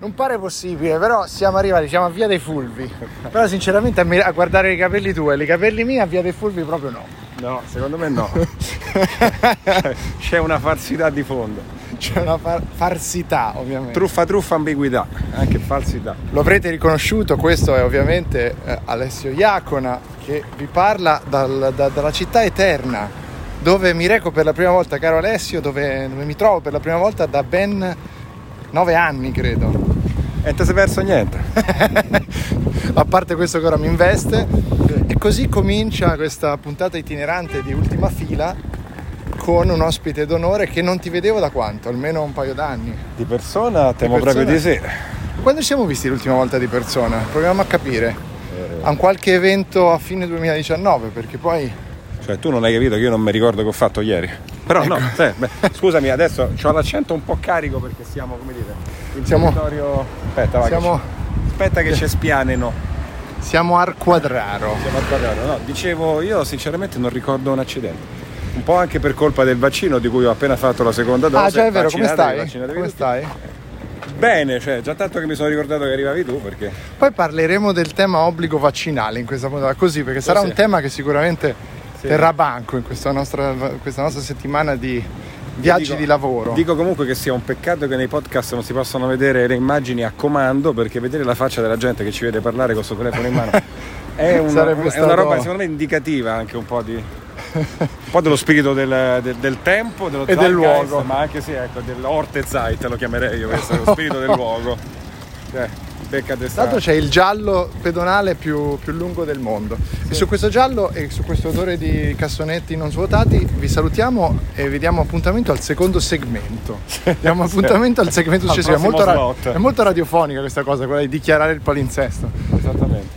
Non pare possibile, però siamo arrivati, siamo a Via dei Fulvi. Però sinceramente a, mi- a guardare i capelli tuoi, e i capelli miei a Via dei Fulvi proprio no. No, secondo me no. Cioè, C'è una falsità di fondo. C'è una far- farsità, ovviamente. Truffa, truffa, ambiguità. Anche falsità. Lo avrete riconosciuto, questo è ovviamente eh, Alessio Iacona che vi parla dal- da- dalla città eterna dove mi reco per la prima volta, caro Alessio, dove, dove mi trovo per la prima volta da ben nove anni, credo. E ti sei perso niente. A parte questo che ora mi investe. E così comincia questa puntata itinerante di ultima fila con un ospite d'onore che non ti vedevo da quanto, almeno un paio d'anni. Di persona temo Di proprio persona? di sì. Quando ci siamo visti l'ultima volta di persona? Proviamo a capire. Eh. a un qualche evento a fine 2019 perché poi Cioè, tu non hai capito che io non mi ricordo che ho fatto ieri. Però no, Ecco. sai, beh, scusami, adesso ho l'accento un po' carico perché siamo, come dire, in Siamo- territorio. Aspetta, vai, che siamo, ci- aspetta che ci spianeno. siamo al quadraro. Siamo al quadrato, no? Dicevo, io sinceramente non ricordo un accidente. Un po' anche per colpa del vaccino di cui ho appena fatto la seconda dose. Ah già è vero, come Vaccinatevi, stai? vaccinatevi Come tutti. stai? Bene, cioè, già tanto che mi sono ricordato che arrivavi tu perché Poi parleremo del tema obbligo vaccinale in questa puntata, così perché sarà sì. un tema che sicuramente Sì. terrà banco in questa nostra, questa nostra settimana di viaggi Dico- di lavoro. Dico comunque che sia un peccato che nei podcast non si possano vedere le immagini a comando perché vedere la faccia della gente che ci vede parlare con il suo telefono in mano è una, Sarebbe è una stato- roba secondo me indicativa anche un po' di un po' dello spirito del, del- del tempo dello E del zeitgeist, luogo. ma anche sì ecco dell'orte zeit lo chiamerei io questo lo spirito del luogo cioè becca Tanto d'estate c'è il giallo pedonale più, più lungo del mondo. E su questo giallo e su questo odore di cassonetti non svuotati vi salutiamo e vi diamo appuntamento al secondo segmento. Diamo appuntamento al segmento Al successivo. È molto, prossimo ra- slot. è molto radiofonica questa cosa, quella di dichiarare il palinsesto. esattamente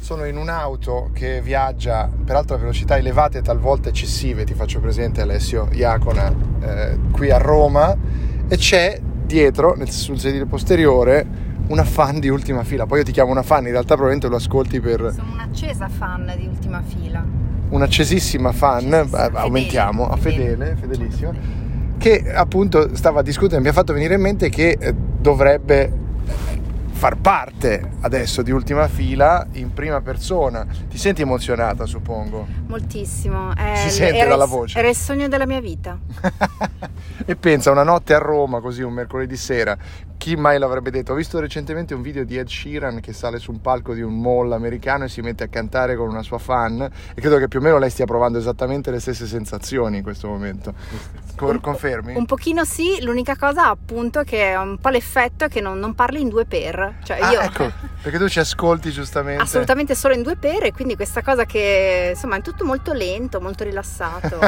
Sono in un'auto che viaggia peraltro a velocità elevate, talvolta eccessive, ti faccio presente Alessio Iacona, eh, qui a Roma, e c'è dietro, nel- sul sedile posteriore, una fan di ultima fila. Poi io ti chiamo una fan, in realtà probabilmente lo ascolti per Sono un'accesa fan di ultima fila. un'accesissima fan, eh, Accesissima, fedele, aumentiamo, a fedele, fedele. fedelissima, che appunto stava discutendo, mi ha fatto venire in mente che eh, dovrebbe far parte adesso di ultima fila in prima persona. Ti senti emozionata, suppongo? Moltissimo. È Si il- sente era il- dalla voce. Era il sogno della mia vita. E pensa, una notte a Roma, così un mercoledì sera, chi mai l'avrebbe detto? Ho visto recentemente un video di Ed Sheeran che sale su un palco di un mall americano e si mette a cantare con una sua fan e credo che più o meno lei stia provando esattamente le stesse sensazioni in questo momento. Cor- confermi? Un pochino sì, l'unica cosa appunto che è un po' l'effetto che non, non parli in due per. Cioè Ah, io ecco, perché tu ci ascolti giustamente. assolutamente solo in due per e quindi questa cosa che insomma è tutto molto lento, molto rilassato.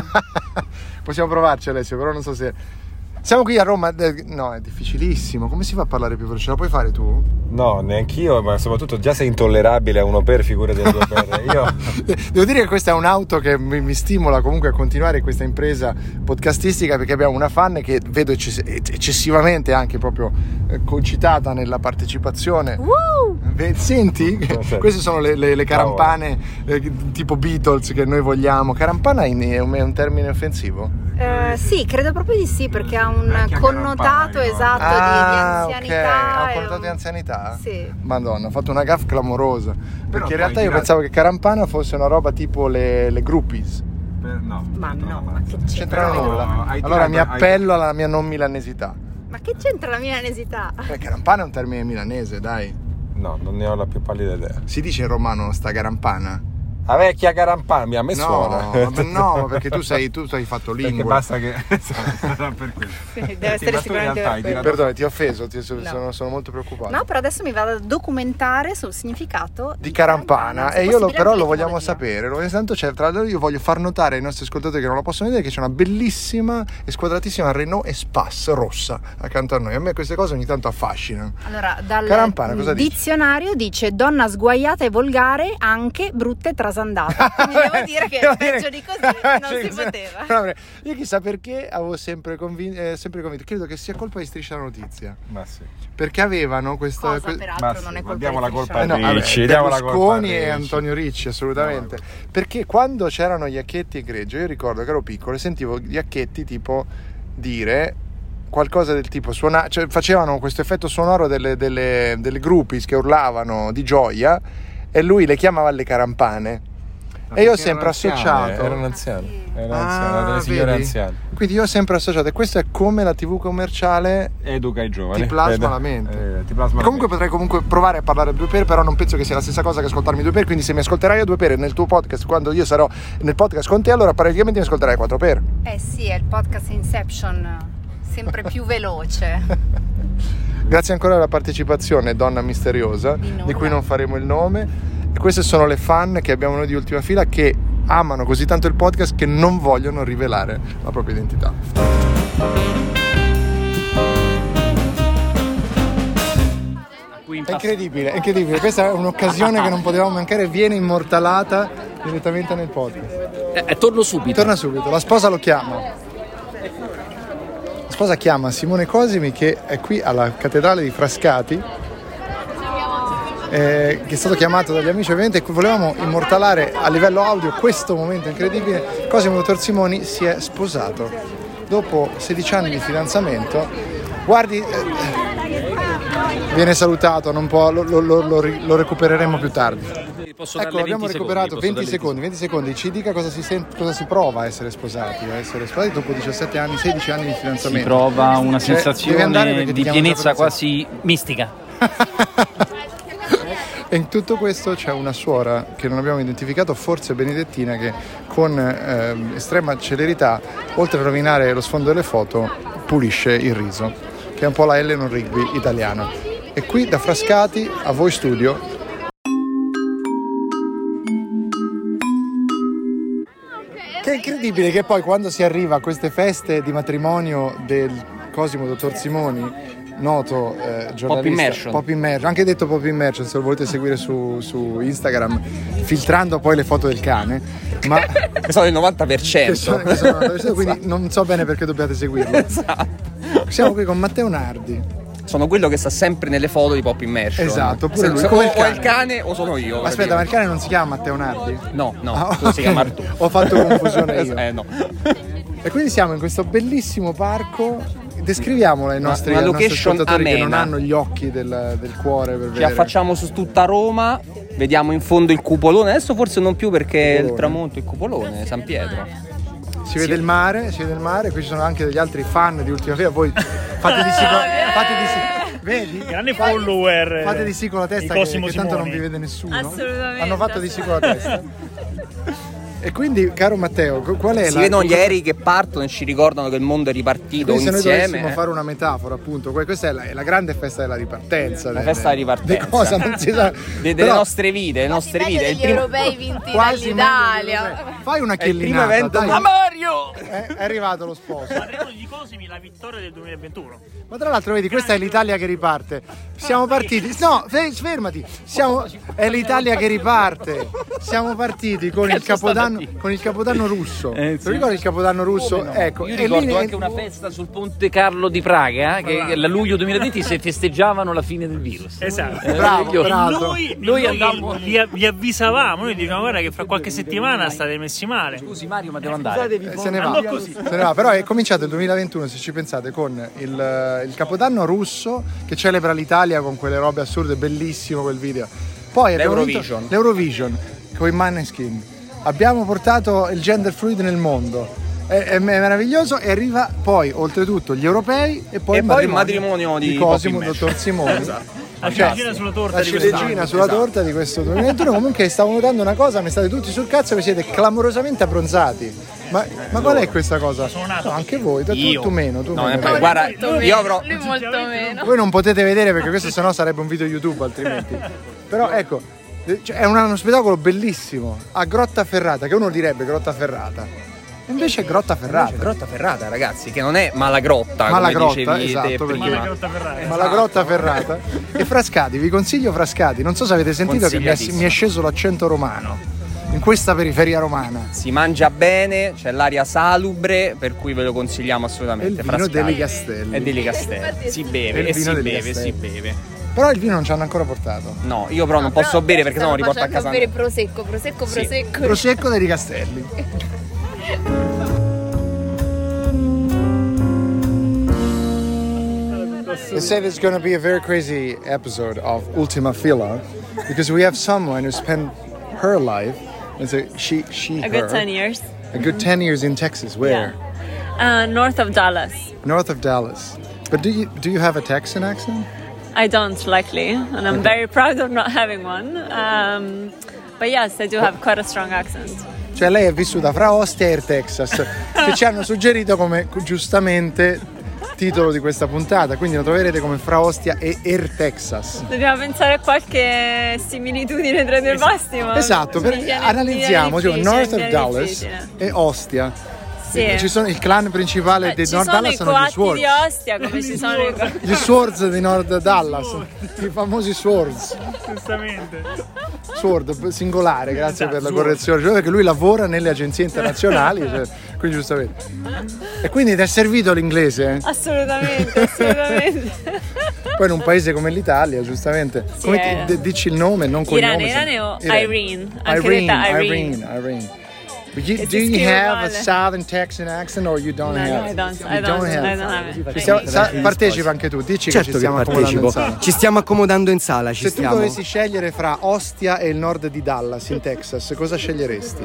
Possiamo provarci Alessio, però non so se... Siamo qui a Roma, eh, no, è difficilissimo. Come si fa a parlare più veloce? La puoi fare tu? no neanch'io ma soprattutto già sei intollerabile a uno per figure del due per io Devo dire che questa è un'auto che mi, mi stimola comunque a continuare questa impresa podcastistica perché abbiamo una fan che vedo ecce- eccessivamente anche proprio eh, concitata nella partecipazione. Woo! Ve- Senti? Certo. Queste sono le, le- le carampane eh, tipo Beatles che noi vogliamo. Carampana in- è un è un termine offensivo? Eh, sì, credo proprio di sì perché ha un Vecchia connotato carampana, esatto di- Ah, di, ok, anzianità. ha e portato un- di anzianità? Sì. Madonna, ho fatto una gaff clamorosa. perché in poi realtà io tirato- pensavo che carampana fosse una roba tipo le, le groupies. no Ma no, ma che c'entra c'entra? Però nulla. hai Allora tirato- mi hai- appello alla mia non milanesità. Ma che c'entra la milanesità? Eh, carampana è un termine milanese, dai. no non ne ho la più pallida idea Si dice in romano sta carampana? A vecchia carampami, a me suona. vabbè, no, ma perché tu sei tu hai fatto Perché lingua. basta che. Sarà per quello. Sì, deve Senti, essere ma tu in sicuramente realtà hai per tirato- Perdone, ti ho offeso, ti- No. sono, sono molto preoccupato. No, però adesso mi vado a documentare sul significato di Carampana e se io lo- possibile però anche lo vogliamo l'etimologia. sapere lo vogliamo- tanto c'è tra l'altro io voglio far notare ai nostri ascoltatori che non la possono vedere che c'è una bellissima e squadratissima Renault Espace rossa accanto a noi a me queste cose ogni tanto affascinano Allora, dal Carampana, cosa mm, dice? dizionario dice donna sguaiata e volgare, anche brutta e trasandata. Quindi devo dire che Devo peggio dire- di così non Cioè, si se- poteva. no, vabbè, io chissà perché avevo sempre, convin- eh, sempre convinto credo che sia colpa di Striscia la Notizia Ma sì. perché avevano questa Cosa que- peraltro Ma sì, non è ma colpa diamo di la Striscia. colpa a Eh no, Ricci, vabbè, diamo la colpa a Berlusconi e Ricci. Antonio Ricci, assolutamente. Perché quando c'erano gli acchetti in greggio, io ricordo che ero piccolo e sentivo gli acchetti tipo dire qualcosa del tipo suona- cioè, facevano questo effetto sonoro delle, delle, delle groupies che urlavano di gioia e lui le chiamava le carampane. Ma e io ho perché sempre erano anziane, associato. Erano anziane. Erano Ah, anziane, erano delle signore vedi? anziane. Quindi io ho sempre associato, e questo è come la TV commerciale Educa i giovani. Ti plasma Vede? la mente. Eh, ti plasma la Comunque mente. potrei comunque provare a parlare a due per, però non penso che sia la stessa cosa che ascoltarmi due per, quindi se mi ascolterai a due per nel tuo podcast, quando io sarò nel podcast con te, allora praticamente mi ascolterai a quattro per. Eh sì, è il podcast Inception, sempre più veloce. Grazie ancora alla partecipazione, donna misteriosa, Di nulla. di cui non faremo il nome. E queste sono le fan che abbiamo noi di ultima fila che amano così tanto il podcast che non vogliono rivelare la propria identità. È incredibile, è incredibile. Questa è un'occasione che non potevamo mancare, viene immortalata direttamente nel podcast. Eh, eh, torno subito. Torna subito, la sposa lo chiama. La sposa chiama Simone Cosimi che è qui alla cattedrale di Frascati. eh, che è stato chiamato dagli amici ovviamente volevamo immortalare a livello audio questo momento incredibile Cosimo Dottor Simoni si è sposato dopo 16 anni di fidanzamento guardi eh, viene salutato non può, lo- lo- lo- lo ri- lo recupereremo più tardi Posso Ecco, darle abbiamo 20 secondi, recuperato posso 20 darle secondi, 20 secondi, ci dica cosa si, sent- cosa si prova a essere sposati, a essere sposati dopo 17 anni, 16 anni di si fidanzamento. prova una Cioè, devi andare perché ti sensazione di chiamo già pienezza per quasi Mistica. E in tutto questo c'è una suora che non abbiamo identificato, forse benedettina, che con ehm, estrema celerità, oltre a rovinare lo sfondo delle foto, pulisce il riso, che è un po' la Ellen Rigby italiana. E qui da Frascati a voi studio Che è incredibile che poi quando si arriva a queste feste di matrimonio del Cosimo Dottor Simoni, noto eh, giornalista immersion. Pop Immersion, anche detto Pop Immersion, se lo volete seguire su, su Instagram, filtrando poi le foto del cane, ma Sono il 90%. che sono- che sono- Esatto. quindi non so bene perché dobbiate seguirlo. Siamo qui con Matteo Nardi. Sono quello che sta sempre nelle foto di Pop Immersion. Esatto, pure Se- lui, se- come il o, o è cane. il cane o sono io. Aspetta, ma il capito? cane non si chiama Matteo Nardi? No, no, Ah, tu si ok. chiama Artù. Ho fatto confusione io. eh, no. E quindi siamo in questo bellissimo parco. Descriviamola ai nostri, una ai nostri location ascoltatori che non amena. hanno gli occhi del, del cuore per Ci vedere. affacciamo su tutta Roma. Vediamo in fondo il cupolone. Adesso forse non più perché Cupolone. il tramonto, il cupolone, San Pietro. Si vede il mare, si vede il mare, qui ci sono anche degli altri fan di Ultima Fila, voi fate di sì, con- fate di sì. Vedi? Grande Fate- follower, Fate di sì con la di testa che, Cosimo che tanto non Simoni. vi vede nessuno. Assolutamente, Hanno fatto di sì con la testa. E quindi, caro Matteo, co- qual è Si Eh, la vedono gli aerei che partono e ci ricordano che il mondo è ripartito Quindi se noi insieme. dovessimo eh. fare una metafora, appunto, que- questa è la, è la grande festa della ripartenza. La del- festa della ripartenza. Di cosa non si sa. De- delle Però- nostre vite, le nostre meglio vite. Il degli primo- europei vinti quasi meglio dall'Italia. dell'Europeo. Fai una è il primo chiellinata, evento. dai. Ma Mario! È, è arrivato lo sposo. Parliamo di Cosimi, la vittoria del 2021. Ma tra l'altro, vedi, questa è l'Italia che riparte. Siamo partiti. No, fe- fermati. Siamo- è l'Italia che riparte. Siamo partiti con il capodanno, con il capodanno russo. Te lo ricordi il capodanno russo? Ecco, Io e ricordo lì- anche una festa sul Ponte Carlo di eh, Praga, che a luglio 2020 si festeggiavano la fine del virus. Esatto. Eh, Bravo, io- bravo. Noi, Noi noi andammo- li, li avvisavamo, noi dicevamo guarda che fra qualche settimana state messi male. Scusi Mario, ma devo andare. Eh, se ne va, Andò così. se ne va. però è cominciato il 2021 se ci pensate con il, eh, il capodanno russo che celebra l'Italia con quelle robe assurde, bellissimo quel video. Poi abbiamo vinto L'Eurovision. l'Eurovision con i Maneskin. Abbiamo portato il gender fluid nel mondo. È, è me- meraviglioso e arriva poi oltretutto gli europei e poi, E poi il matrimonio di Esatto. Cosimo Pop in Dottor Simone. La Fantastico. ciliegina sulla torta La di quest'anno. ciliegina sulla Esatto. torta di questo 2021. Comunque stavo notando una cosa, mi state tutti sul cazzo e vi siete clamorosamente abbronzati. Ma, ma qual è questa cosa? sono nato. No, anche voi, tu, Io. tu meno, tu No, meno. eh, beh, guarda, Lui molto io meno, avrò. Lui molto meno. Voi non potete vedere perché questo sennò sarebbe un video YouTube altrimenti. Però ecco, eh, cioè, è una- uno spettacolo bellissimo a Grotta Ferrata, che uno direbbe Grotta Ferrata. Invece è Grotta Ferrata. Grotta Ferrata, ragazzi, che non è Malagrotta, Malagrotta, come dicevi te esatto, prima. perché- Grotta Ferrari. Ma la grotta ferrata e Frascati, vi consiglio Frascati. Non so se avete sentito che mi è, mi è sceso l'accento romano in questa periferia romana. Si mangia bene, c'è l'aria salubre, per cui ve lo consigliamo È il assolutamente. vino Frascati. degli È Castelli. degli Castelli. Infatti, Si È beve, il e vino si degli beve, Castelli. si beve. Però il vino non ci hanno ancora portato. No, io però non posso bere perché sennò lo riporto a casa. bere mia. prosecco, prosecco, Sì. prosecco. Prosecco degli Castelli. They say this is going to be a very crazy episode of Ultima Fila because we have someone who spent her life, and so she, she, A her, good 10 years. a good 10 years in Texas. Where? Uh, north of Dallas. north of Dallas. But do you do you have a Texan accent? I don't, likely, and I'm very proud of not having one. Um, but yes, I do have quite a strong accent. Cioè lei è vissuta fra Ostia e Air Texas, che ci hanno suggerito come giustamente titolo di questa puntata, quindi lo troverete come fra Ostia e Air Texas. Dobbiamo pensare a qualche similitudine tra i due posti. ma Esatto, mi per- viene- analizziamo mi tipo, viene North difficile, of mi viene Dallas difficile. e Ostia. Sì. Ci sono, il clan principale Eh, di ci North sono Dallas i sono gli coatti Swords. di Ostia, come ci sono i coatti. Gli Swords di North Dallas, i famosi Swords. Giustamente. Sword singolare, grazie Esatto, per la Sword. correzione, cioè, perché lui lavora nelle agenzie internazionali, cioè, quindi giustamente. E quindi ti è servito l'inglese? Assolutamente, assolutamente. Poi in un paese come l'Italia, giustamente. come ti- eh. d- dici il nome, non cognome. Irene, se- Irene o Irene? Anche Irene, detta Irene, Irene. Irene. But you- Che do si you scrive have a male. southern Texan accent or you don't No, have? no, I don't- You I don't- I have. don't have it. Ci stiamo- Sì. sa- partecipa anche tu, dici che ci Certo che stiamo accomodando in partecipo. sala. Ci stiamo accomodando in sala, ci Se tu stiamo. dovessi scegliere fra Ostia e il nord di Dallas in Texas, cosa sceglieresti?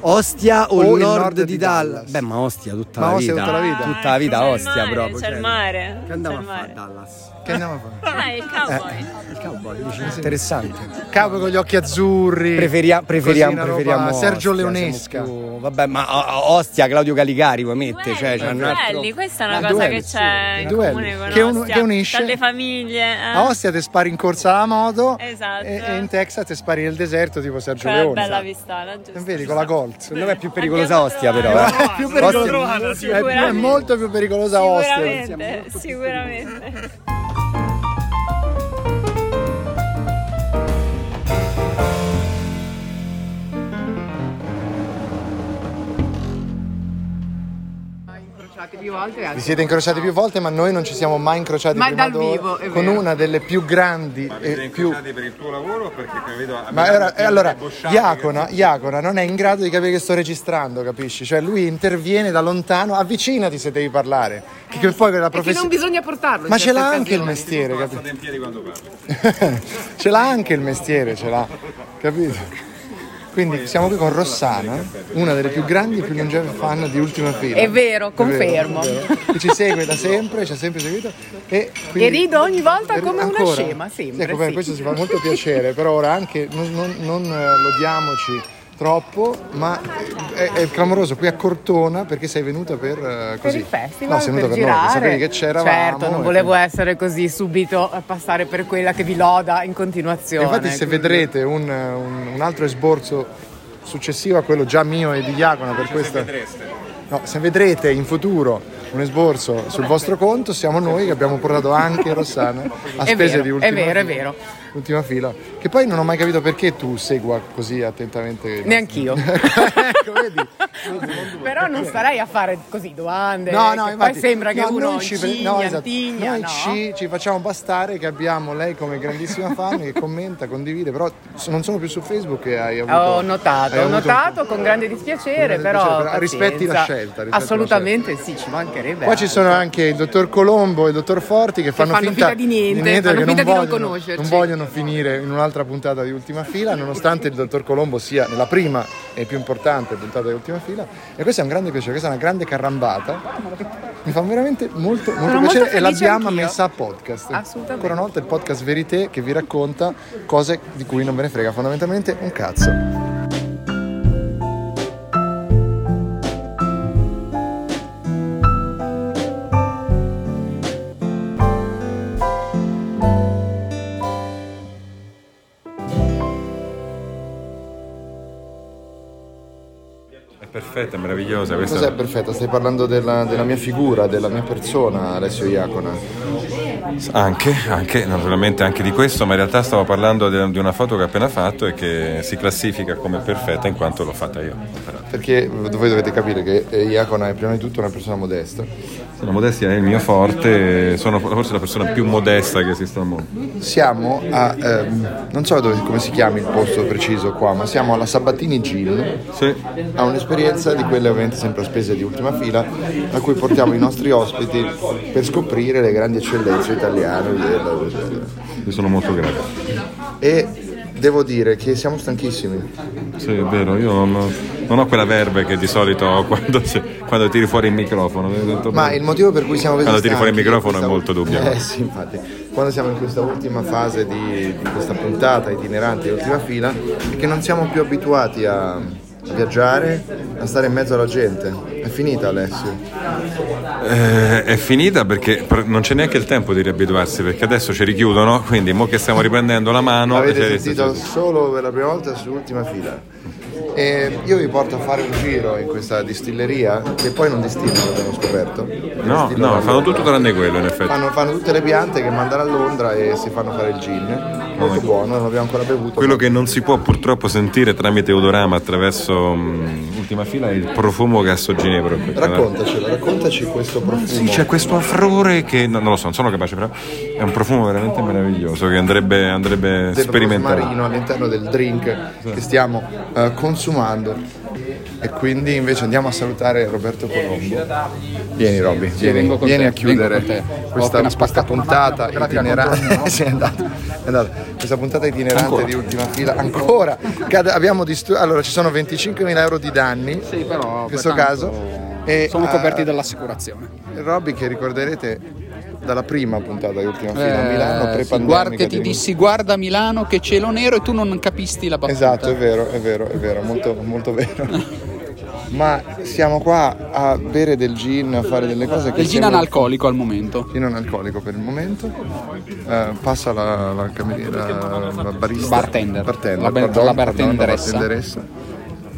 Ostia o, O il nord, di Dallas? Beh, ma Ostia tutta Ma la Ostia vita. tutta la vita. Tutta la vita C'è il Ostia mare, proprio. C'è il cioè. mare. Che c'è andiamo a il fare a mare. Dallas? Che andiamo a fare? Ah, il cowboy. Il cowboy, dici, interessante. Capo con gli occhi azzurri. Preferia- preferiamo, Così una roba preferiamo Sergio Ostia, Leonesca. siamo più- vabbè, ma a- a- Ostia, Claudio Caligari vuoi mette, cioè c'è un altro. Duelli, questa è una Ma cosa duelli, che sì, c'è in duelli. comune con Che un- Ostia. che unisce- Dalle famiglie. eh. A Ostia ti spari in corsa alla moto Esatto. e, e in Texas ti spari nel deserto tipo Cioè, Sergio Quella Leone. Cioè, bella vistana, giusto. Vedi con la Colt. Secondo me è più pericolosa Andiamo a Ostia però. trovare. eh. Ah, più non pericoloso. l'ho trovata, sì. È, più- è molto più pericolosa Ostia. diciamo. Sicuramente, sicuramente. Vi siete incrociati più volte, ma noi non ci siamo mai incrociati Ma prima dal d'ora vivo, è con vero. una delle più grandi Ma vi siete e eh, più incrociati per il tuo lavoro o perché capito? Ma era- e allora, Iacona Iacona, Iacona non è in grado di capire che sto registrando, capisci? Cioè lui interviene da lontano, avvicinati se devi parlare. Che, che poi la Eh, E che non professione... bisogna portarlo. Ma in ce l'ha certe anche il occasioni. mestiere, capisci? in piedi quando parli. ce l'ha anche il mestiere, ce l'ha, capito? Quindi siamo qui con Rossana, una delle più grandi e più longeve fan di Ultima Fila. È vero, È vero, confermo. è vero. Che ci segue da sempre, ci ha sempre seguito. E E, quindi- rido ogni volta come una Ancora? scema, sempre. Ecco, beh, sì. questo ci fa molto piacere, però ora anche non, non- non, eh, lodiamoci troppo, ma è, è clamoroso qui a Cortona perché sei venuta per eh, Per così. il festival, no, sei venuta per per, girare. noi, sapevi che c'eravamo. ecco. Certo, non e- volevo essere così subito a passare per quella che vi loda in continuazione. ecco. Infatti, se quindi- vedrete un, un- un altro esborso successivo a quello già mio e di Diacono per questa. No, se vedrete in futuro un esborso sul vostro conto, siamo noi che abbiamo portato anche Rossana a È spese vero, di ultima è vero, è fila. vero. Ultima fila. Che poi non ho mai capito perché tu segua così attentamente. Neanch'io. Ecco, vedi? Però non starei a fare così domande. No, che no, ecco, poi infatti. sembra che no, uno noi ci, incigna, no, esatto. antigna, Noi no? ci, ci facciamo bastare che abbiamo lei come grandissima fan che commenta, condivide, però so- non sono più su Facebook e hai avuto Ho hai notato, ho avuto- notato con grande dispiacere, Con grande però dispiacere, però rispetti la pazienza. scelta, rispetti la Assolutamente sì, ci magari. beh, Qua ci sono altro. anche il dottor Colombo e il dottor Forti che fanno, fanno finta di niente, fanno che finta di non vogliono- conoscerci. non vogliono finire in un'altra puntata di ultima fila, nonostante il dottor Colombo sia nella prima e più importante puntata di ultima fila. E questo è un grande piacere, questa è una grande carrambata. Mi fa veramente molto, molto molto piacere e felice l'abbiamo anch'io. messa a podcast. Assolutamente. Ancora una volta il podcast Verité che vi racconta cose di cui non ve ne frega fondamentalmente un cazzo. È perfetta, è meravigliosa questa. Cos'è perfetta? Stai parlando della, della mia figura, della mia persona, Alessio Iacona. Anche, anche, naturalmente anche di questo, ma in realtà stavo parlando de- di una foto che ho appena fatto e che si classifica come perfetta in quanto l'ho fatta io. Perché voi dovete capire che eh, Iacona è prima di tutto una persona modesta. La modestia è il mio forte, sono forse la persona più modesta che esista al mondo. Siamo a, ehm, non so dove- come si chiami il posto preciso qua, ma siamo alla Sabatini Gill, Sì. a un'esperienza di quelle ovviamente sempre a spese di ultima fila, a cui portiamo i nostri ospiti per scoprire le grandi eccellenze italiane. del- del- Io sono molto grato. E devo dire che siamo stanchissimi. Sì, è vero, io non, non ho quella verve che di solito ho quando, si- quando tiri fuori il microfono. Ma il motivo per cui siamo così Quando tiri fuori il stanchi in microfono è questa- molto dubbio. Eh sì, infatti. Quando siamo in questa ultima fase di, di questa puntata itinerante, ultima fila, è che non siamo più abituati a, a viaggiare, a stare in mezzo alla gente. È finita Alessio. Eh, è finita perché pr- non c'è neanche il tempo di riabituarsi perché adesso ci richiudono, quindi mo che stiamo riprendendo la mano... Avete cioè, sentito solo per la prima volta sull'ultima fila. E io vi porto a fare un giro in questa distilleria, che poi non distillano, abbiamo scoperto. No, Distillano no, a fanno Londra. tutto tranne quello in effetti. Fanno, fanno tutte le piante che mandano a Londra e si fanno fare il gin. Molto buono, non l'abbiamo ancora bevuto. Quello ma- che non si può purtroppo sentire tramite odorama attraverso mm, ultima fila è il profumo gasso ginevro. perché- Raccontacelo, raccontaci questo profumo. Sì, c'è questo afrore che no, non lo so, non sono capace, però è un profumo veramente meraviglioso che andrebbe, andrebbe del sperimentato. marino all'interno del drink che stiamo eh, consumando. E quindi invece andiamo a salutare Roberto Colombo. Vieni Robby, vieni, vieni a chiudere questa, questa puntata itinerante. Sì, è andato, è andato. Questa puntata itinerante di ultima fila. Ancora! Cade- abbiamo distru- allora, ci sono 25.000 euro di danni in questo caso. E, Sono coperti eh, dall'assicurazione. Robby che ricorderete dalla prima puntata di Ultima Fila a Eh, Milano, sì, pre-pandemica. guarda, di- ti dissi, guarda Milano che cielo nero e tu non capisti la battuta. Esatto, è vero, è vero, è vero, molto, molto vero. Ma siamo qua a bere del gin, a fare delle cose che Il gin sembrano- analcolico al momento. Gin analcolico per il momento. Eh, passa la, la cameriera, la barista. Bartender. La ba- pardon, la pardon, bartenderessa. bartenderessa,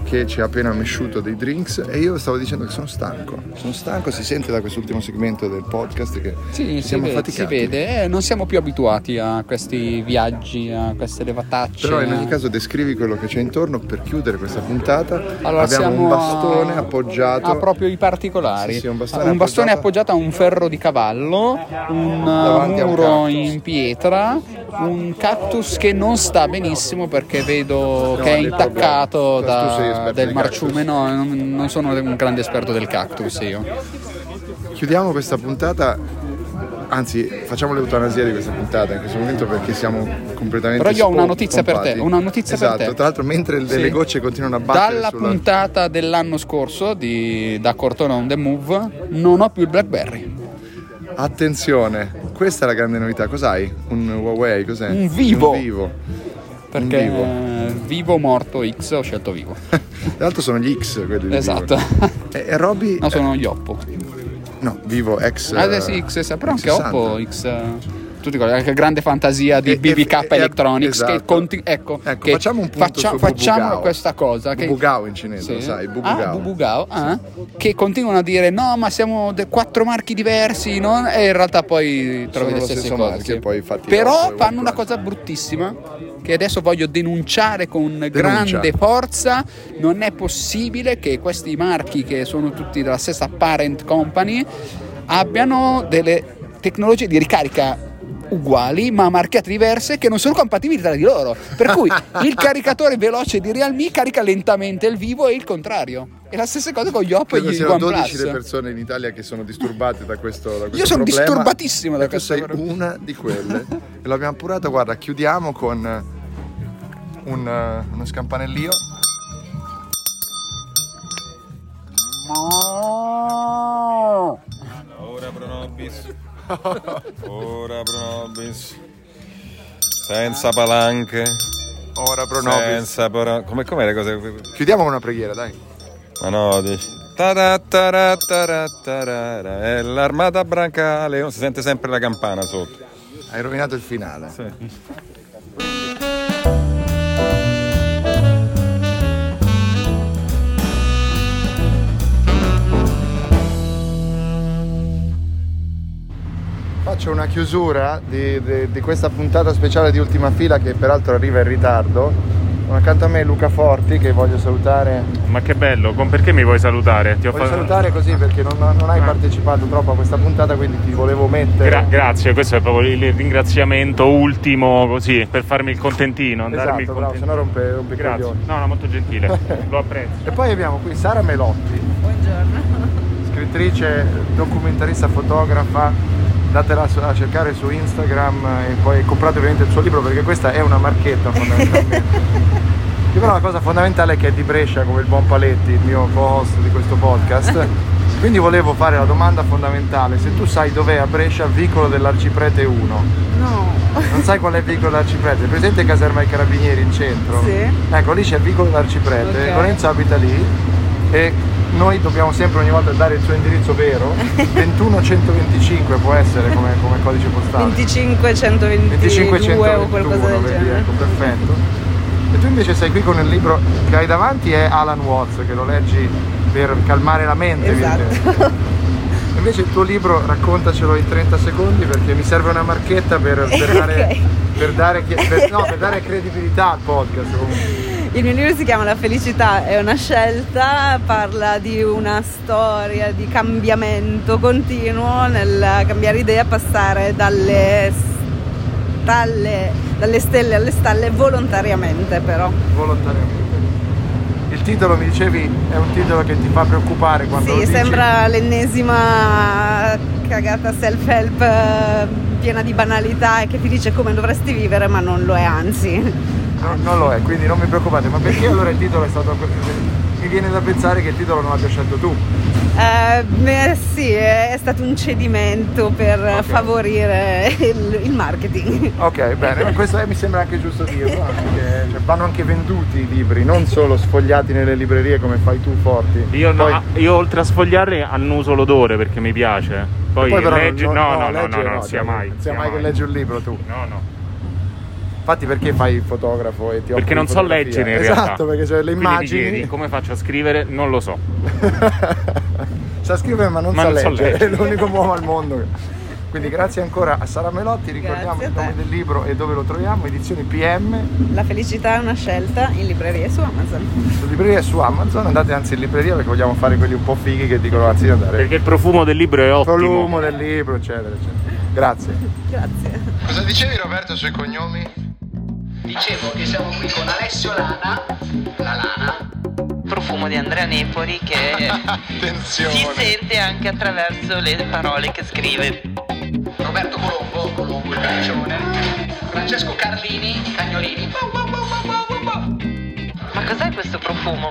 Che ci ha appena mesciuto dei drinks e io stavo dicendo che sono stanco. Sono stanco, si sente da quest'ultimo segmento del podcast che Sì, si siamo vede, si faticati. vede. Eh, non siamo più abituati a questi viaggi, a queste levatacce. Però in ogni caso descrivi quello che c'è intorno per chiudere questa puntata. Allora, Abbiamo siamo un bastone a- appoggiato. a proprio i particolari. Sì, sì, un bastone appoggiato- appoggiato a un ferro di cavallo, un Davanti a eh, un muro cactus. in pietra, un cactus che non sta benissimo perché vedo che è hai detto intaccato bene. Tu sei da, esperto del di marciume. No, non, non sono un grande esperto del cactus io. Chiudiamo questa puntata. Anzi, facciamo l'eutanasia di questa puntata in questo momento perché siamo completamente. Però io ho una spo- notizia per pompati. te, una notizia per esatto. te. Tra l'altro, mentre le Sì. gocce continuano a battere Dalla sulla- puntata dell'anno scorso di Da Cortona on the Move non ho più il Blackberry. Attenzione, questa è la grande novità. Cos'hai? Un Huawei? Cos'è? Un Vivo. Un vivo. Perché vivo. eh, vivo morto X ho scelto vivo. Tra l'altro sono gli X quelli di Esatto. Vivo. E, e Robby. No, sono Ioppo. no, Vivo X. Adesso X, però anche X60. Oppo X. eh, Tutti quelli, anche grande fantasia di E- BBK e- e- Electronics. esatto. Che conti- ecco, Ecco, che facciamo un punto faccia- su facciamo Bubugao. questa cosa. Che, Bubugao in cinese, lo sai, Bubugao. Ah, Bubugao, ah, che continuano a dire no, ma siamo de- quattro marchi diversi. no?" E in realtà poi trovi lo le stesse stesso cose. marchio, sì. poi infatti eh. Oppo e Però fanno OnePlus. una cosa bruttissima che adesso voglio denunciare con grande forza. Non è possibile che questi marchi, che sono tutti della stessa parent company, abbiano delle tecnologie di ricarica uguali ma marchiate diverse che non sono compatibili tra di loro per cui il caricatore veloce di Realme carica lentamente il vivo e il contrario E la stessa cosa con gli Oppo e Credo gli siano OnePlus. 12 le persone in Italia che sono disturbate da questo, da questo Io sono problema. disturbatissimo da E tu questo sei problema. una di quelle. e l'abbiamo appurato, guarda, chiudiamo con eh, un, eh, uno scampanellio. Ora Pronobis. Ora Pronobis. Senza palanche. Ora Pronobis. Senza palanche. Come com'è le cose? Chiudiamo con una preghiera, dai. Ma no, dici. Ta-ra-ta-ra-ta-ra-ta-ra-ra. È l'armata brancale. Oh, Si sente sempre la campana sotto. Hai rovinato il finale. Faccio una chiusura di, di- di questa puntata speciale di ultima fila che peraltro arriva in ritardo. Accanto a me Luca Forti che voglio salutare. Ma che bello, con- perché mi vuoi salutare? Ti ho Voglio fatto- salutare così perché non, non hai partecipato troppo a questa puntata, quindi ti volevo mettere. Ah. Gra- grazie, questo è proprio il ringraziamento ultimo, così, per farmi il contentino. darmi il Esatto, bravo, se no rompe, rompe i Grazie. coglioni. No, no, molto gentile, lo apprezzo. E poi abbiamo qui Sara Melotti. Buongiorno. Scrittrice, documentarista, fotografa. Datela su- a cercare su Instagram eh, e poi comprate ovviamente il suo libro perché questa è una marchetta fondamentalmente. Io però la cosa fondamentale è che è di Brescia come il buon Paletti, il mio co-host di questo podcast. Quindi volevo fare la domanda fondamentale, se tu sai dov'è a Brescia il vicolo dell'Arciprete 1? No. Non sai qual è il vicolo dell'Arciprete? Presente Caserma ai Carabinieri in centro? Sì. Ecco, lì c'è il vicolo dell'Arciprete, Ok. Lorenzo abita lì e noi dobbiamo sempre ogni volta dare il suo indirizzo vero. 2125 può essere come, come codice postale. 25-121, 25-122 o qualcosa del vedi, genere. ecco, perfetto. E tu invece sei qui con il libro che hai davanti è Alan Watts, che lo leggi per calmare la mente. Esatto. evidentemente. Invece il tuo libro raccontacelo in 30 secondi perché mi serve una marchetta per, per dare, per dare chi- per- no, per dare credibilità al podcast comunque. Il mio libro si chiama La felicità è una scelta, parla di una storia di cambiamento continuo nel cambiare idea, passare dalle, stalle- dalle stelle alle stalle volontariamente però. volontariamente. Il titolo mi dicevi è un titolo che ti fa preoccupare quando lo Sì, dici. sembra l'ennesima cagata self-help eh, piena di banalità e che ti dice come dovresti vivere ma non lo è anzi. No, non lo è, quindi non mi preoccupate, ma perché allora il titolo è stato mi viene da pensare che il titolo non l'abbia scelto tu. Eh, beh, sì, è stato un cedimento per eh, favorire il, il marketing. Ok, bene, ma questo è- mi sembra anche giusto dirlo, anche che, cioè, vanno anche venduti i libri, non solo sfogliati nelle librerie come fai tu forti. Io, no- Ah, Poi- io oltre a sfogliarli annuso l'odore perché mi piace. Poi, però leggi... non- no, no, no, leggere no, no, no, sia cioè, mai. non Sia sia mai che leggi un libro tu. No, no. Infatti perché fai il fotografo e ti occupi Perché di non so fotografia? leggere in realtà. Esatto, perché c'è le Quindi mi immagini. chiedi come faccio a scrivere? Non lo so. sa scrivere ma non Ma sa non so leggere, è leggere. l'unico uomo al mondo. che- Quindi grazie ancora a Sara Melotti, ricordiamo il nome del libro e dove lo troviamo, edizioni PM, La felicità è una scelta in libreria su Amazon. su libreria e su Amazon, andate anzi in libreria perché vogliamo fare quelli un po' fighi che dicono anzi di andare. Perché il profumo del libro è ottimo. Il profumo del libro, eccetera, eccetera. Grazie. Grazie. Cosa dicevi Roberto sui cognomi? Dicevo che siamo qui con Alessio Lana, la Lana, profumo di Andrea Nepoli che si sente anche attraverso le parole che scrive. Roberto Colombo, Colombo il caccione, Francesco Carlini, i cagnolini. Ma cos'è questo profumo?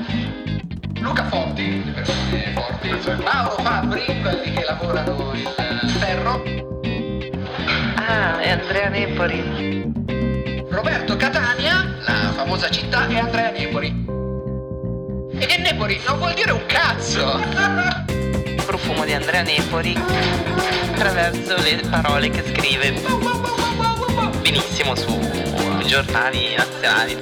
Luca Fonti, le persone forti, Mauro Fabri, quelli che lavorano il ferro. Ah, e Andrea Nepoli. Roberto Catania, la famosa città, e Andrea Nepoli. E che Nepoli non vuol dire un cazzo! Il profumo di Andrea Nepoli attraverso le parole che scrive. Benissimo su giornali nazionali.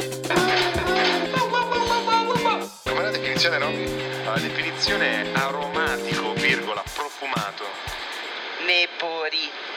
Com'è la definizione, Robby? La definizione è aromatico, virgola, profumato. Nepori.